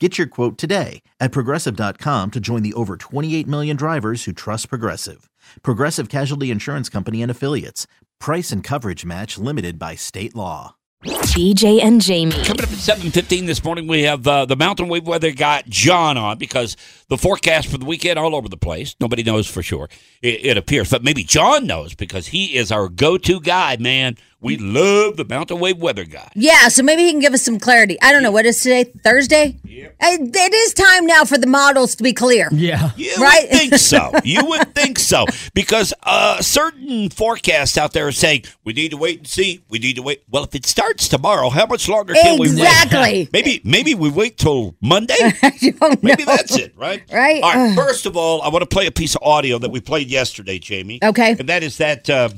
Get your quote today at progressive.com to join the over 28 million drivers who trust Progressive. Progressive Casualty Insurance Company and Affiliates. Price and coverage match limited by state law. BJ and Jamie. Coming up at seven fifteen this morning, we have uh, the Mountain Wave Weather Guy John on because the forecast for the weekend all over the place. Nobody knows for sure. It, it appears, but maybe John knows because he is our go-to guy. Man, we love the Mountain Wave Weather Guy. Yeah, so maybe he can give us some clarity. I don't know what is today, Thursday. It- it is time now for the models to be clear. Yeah. You Right? would think so. You would think so because uh, certain forecasts out there are saying we need to wait and see. We need to wait. Well, if it starts tomorrow, how much longer can we wait? Exactly. Maybe maybe we wait till Monday. You don't Maybe know. that's it, right? Right? All right. Ugh. First of all, I want to play a piece of audio that we played yesterday, Jamie. Okay. And that is that uh,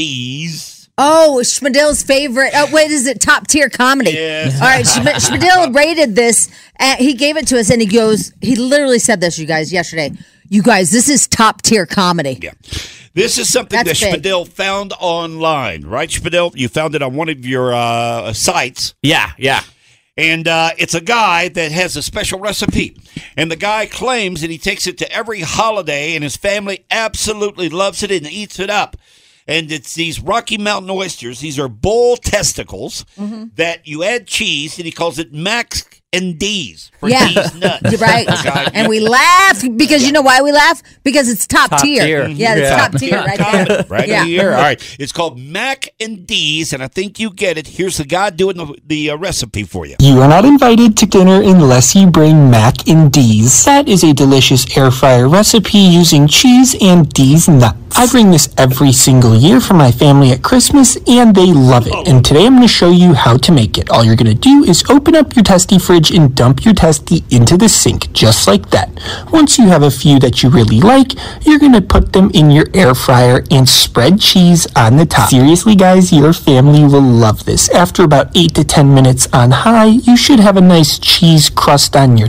D's. Oh, Schmidl's favorite. Oh, wait, is it top tier comedy? Yes. All right, Schmid- Schmidl rated this. And he gave it to us, and he goes, he literally said this, you guys, yesterday. You guys, this is top tier comedy. Yeah. This is something That's that big. Spadil found online, right, Spadil? You found it on one of your uh, sites. Yeah, yeah. And uh, it's a guy that has a special recipe. And the guy claims that he takes it to every holiday, and his family absolutely loves it and eats it up. And it's these Rocky Mountain oysters. These are bull testicles Mm-hmm. that you add cheese, and he calls it Max and D's for Yeah. D's nuts. You're Right. Okay? And we laugh because you know why we laugh? Because it's top, Top tier. tier. Yeah, it's Yeah. top tier right there. Comedy, right Yeah. here. All right. It's called Mac and D's, and I think you get it. Here's the guy doing the, the uh, recipe for you. You are not invited to dinner unless you bring mac and D's. That is a delicious air fryer recipe using cheese and D's nuts. I bring this every single year for my family at Christmas and they love it. And today I'm going to show you how to make it. All you're going to do is open up your testy fridge and dump your testy into the sink just like that. Once you have a few that you really like, you're going to put them in your air fryer and spread cheese on the top. Seriously guys, your family will love this. After about 8 to 10 minutes on high, you should have a nice cheese crust on your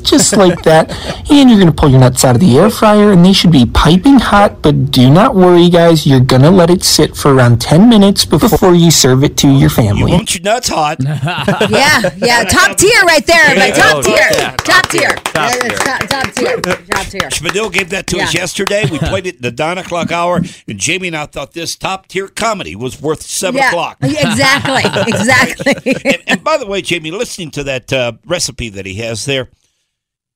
just like that. And you're going to pull your nuts out of the air fryer, and they should be piping hot, but do not worry, guys. You're going to let it sit for around 10 minutes before you serve it to your You family. want your nuts hot. Yeah, yeah, top tier right there. But oh, top go. tier, Yeah, top top tier, tier, Yeah, top tier. it's top top tier, top tier. Spadil gave that to us Yeah. yesterday. We played it in the nine o'clock hour, and Jamie and I thought this top tier comedy was worth seven Yeah, o'clock. exactly, exactly. And, and by the way, Jamie, listening to that uh, recipe that he has there,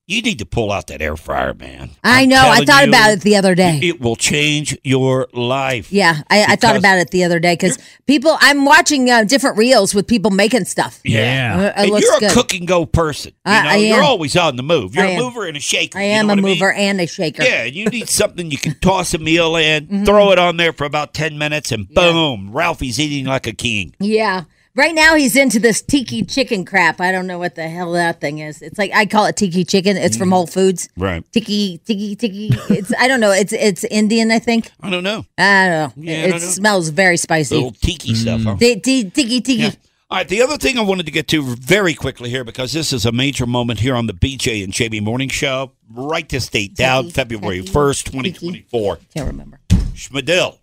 you need to pull out that air fryer, man. I I'm know. I telling thought you, about it the other day. It will change your life. Yeah, I, I thought Because- about it the other day because people. I'm watching uh, different reels with people making stuff. Yeah. Uh, it And looks you're a good. cook and go person. You I- know, I you're am. always on the move. You're I a am. mover and a shaker. I You know am what a mean? mover and a shaker. Yeah, you need something you can toss a meal in, Mm-hmm. throw it on there for about 10 minutes, and boom, Ralphie's eating like a king. Yeah. Right now he's into this tiki chicken crap. I don't know what the hell that thing is. It's like I call it tiki chicken. It's from Whole Foods. Mm. Right. Tiki tiki tiki. It's I don't know. It's it's Indian. I think. I don't know. I don't know. Yeah, I it don't know. smells very spicy. Little tiki stuff. Huh? Ti- ti- Tiki tiki. Yeah. All right, the other thing I wanted to get to very quickly here because this is a major moment here on the BJ and JB Morning Show. Write this date down, Tiki, February tiki, 1st, 2024. Can't remember. Schmidl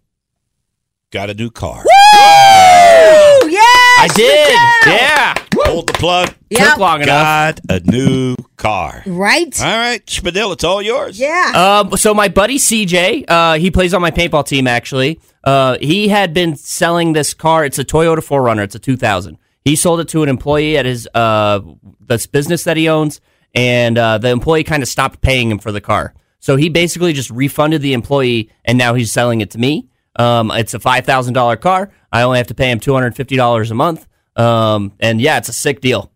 got a new car. Oh yeah. I did. Yeah. Hold the plug. Yeah. Took long enough. Got a new car. Right. All right, Schmidl, it's all yours. Yeah. Um, so my buddy CJ, uh, he plays on my paintball team actually. Uh, he had been selling this car. It's a Toyota 4Runner. It's a 2000. He sold it to an employee at his uh, this business that he owns, and uh, the employee kind of stopped paying him for the car. So he basically just refunded the employee, and now he's selling it to me. Um, it's a five thousand dollar car. I only have to pay him two hundred fifty dollars a month. Um, and yeah, it's a sick deal.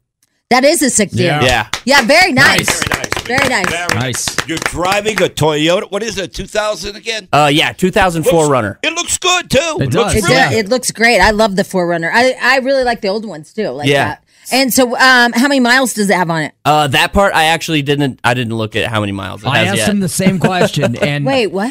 That is a sick deal. Yeah. Yeah, Yeah, very nice. Nice. Very nice. Nice. You're driving a Toyota. What is it? 2000 again? uh, yeah, two thousand four Looks- runner. It looks good too. It looks does. It, really Yeah. do- it looks great. I love the Forerunner. I, I really like the old ones too. Like Yeah. that. And so, um, how many miles does it have on it? Uh, that part I actually didn't. I didn't look at how many miles it I has asked yet. him the same question, and Wait, what?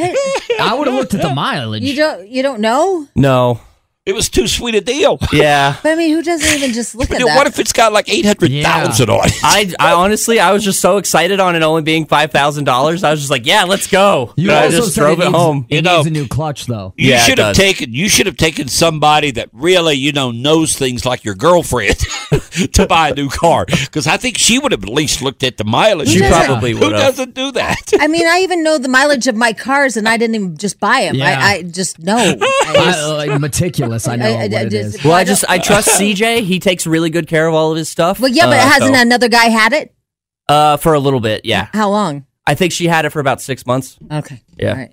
I would have looked at the mileage. you don't you don't know? no. It was too sweet a deal. Yeah. But I mean, who doesn't even just look at Dude, that? what if it's got like 800,000 on it? I, I honestly, I was just so excited on it only being five thousand dollars. I was just like, yeah, let's go. You And I also just said drove it needs, home. It You know. needs a new clutch, though. You Yeah, it should have does. taken you should have taken somebody that really, you know, knows things like your girlfriend to buy a new car cuz I think she would have at least looked at the mileage. She Who doesn't- probably Who would have. doesn't do that? I mean, I even know the mileage of my cars, and I didn't even just buy them. Yeah. I, I just know. I I, just- like, meticulous, I know I- I- what I it just- is. Well, I I just I trust CJ. He takes really good care of all of his stuff. well, yeah, but Uh, hasn't so- another guy had it? uh for a little bit. Yeah, How long? I think she had it for about six months, Okay. Yeah. All right.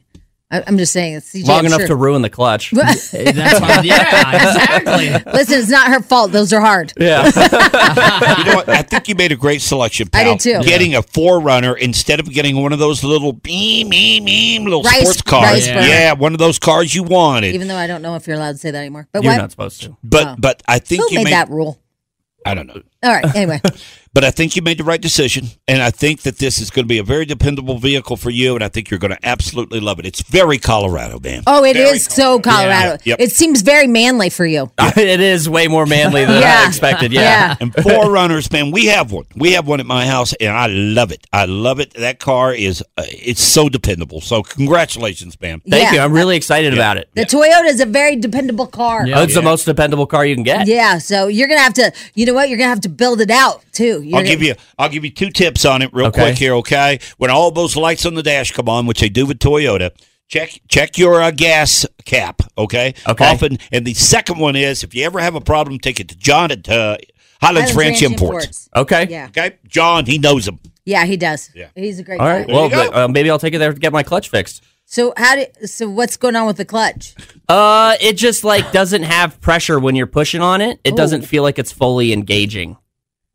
I, I'm just saying. It's CJ, long I'm enough sure. to ruin the clutch. That's why, yeah, exactly. Listen, it's not her fault. Those are hard. Yeah, you know what? I think you made a great selection, I pal. did, too. Getting a forerunner instead of getting one of those little beam, beam, beam little Rice- sports cars. rice yeah. burner. one of those cars you wanted. Even though I don't know if you're allowed to say that anymore. But you're what? not supposed to. but Oh. but I think Who you made, made that rule? I don't know. All right. Anyway, But I think you made the right decision, and I think that this is going to be a very dependable vehicle for you, and I think you're going to absolutely love it. It's very Colorado, man. oh, it is Very Ah, so Colorado. Yep. It seems very manly for you. it is way more manly than Yeah. I expected. Yeah. Yeah. And Forerunners, man, we have one. We have one at my house, and I love it. I love it. That car is uh, it's so dependable. So congratulations, man. Thank Yeah. you. I'm really excited about it. The Toyota is a very dependable car. Yeah. Oh, it's the most dependable car you can get. Yeah, so you're gonna have to. You know what? You're gonna have to build it out too. You're I'll give you I'll give you two tips on it real Okay. quick here, okay? When all those lights on the dash come on, which they do with Toyota, check check your uh, gas cap, okay? Okay. Often, and the second one is if you ever have a problem, take it to John at uh, Highlands, Highlands Ranch, Ranch Imports. Imports. Okay. Yeah, Okay, John, he knows him. yeah, he does. Yeah. he's a great. All right. guy. Well, you go. but, uh, maybe I'll take it there to get my clutch fixed. So how do? So what's going on with the clutch? Uh, it just like doesn't have pressure when you're pushing on it. It doesn't Oh. feel like it's fully engaging,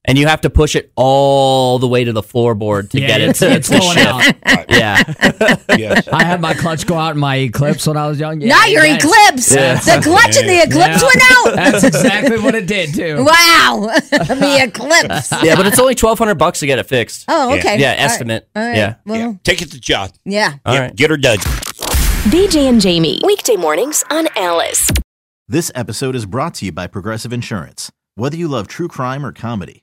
and you have to push it all the way to the floorboard to Yeah, get it. it's, To, it's going out. yeah, Yes. I had my clutch go out in my Eclipse when I was young. Yeah, Not your that's- Eclipse. Yeah. The clutch and the Eclipse Yeah. went out. That's exactly what it did too. Wow, the Eclipse. yeah, but it's only twelve hundred bucks to get it fixed. Oh, okay. Yeah, All right. estimate. All right. Yeah. Yeah. Well, Take it to John. yeah. All Yeah, right. Get her done. BJ and Jamie. Weekday mornings on Alice. This episode is brought to you by Progressive Insurance. Whether you love true crime or comedy,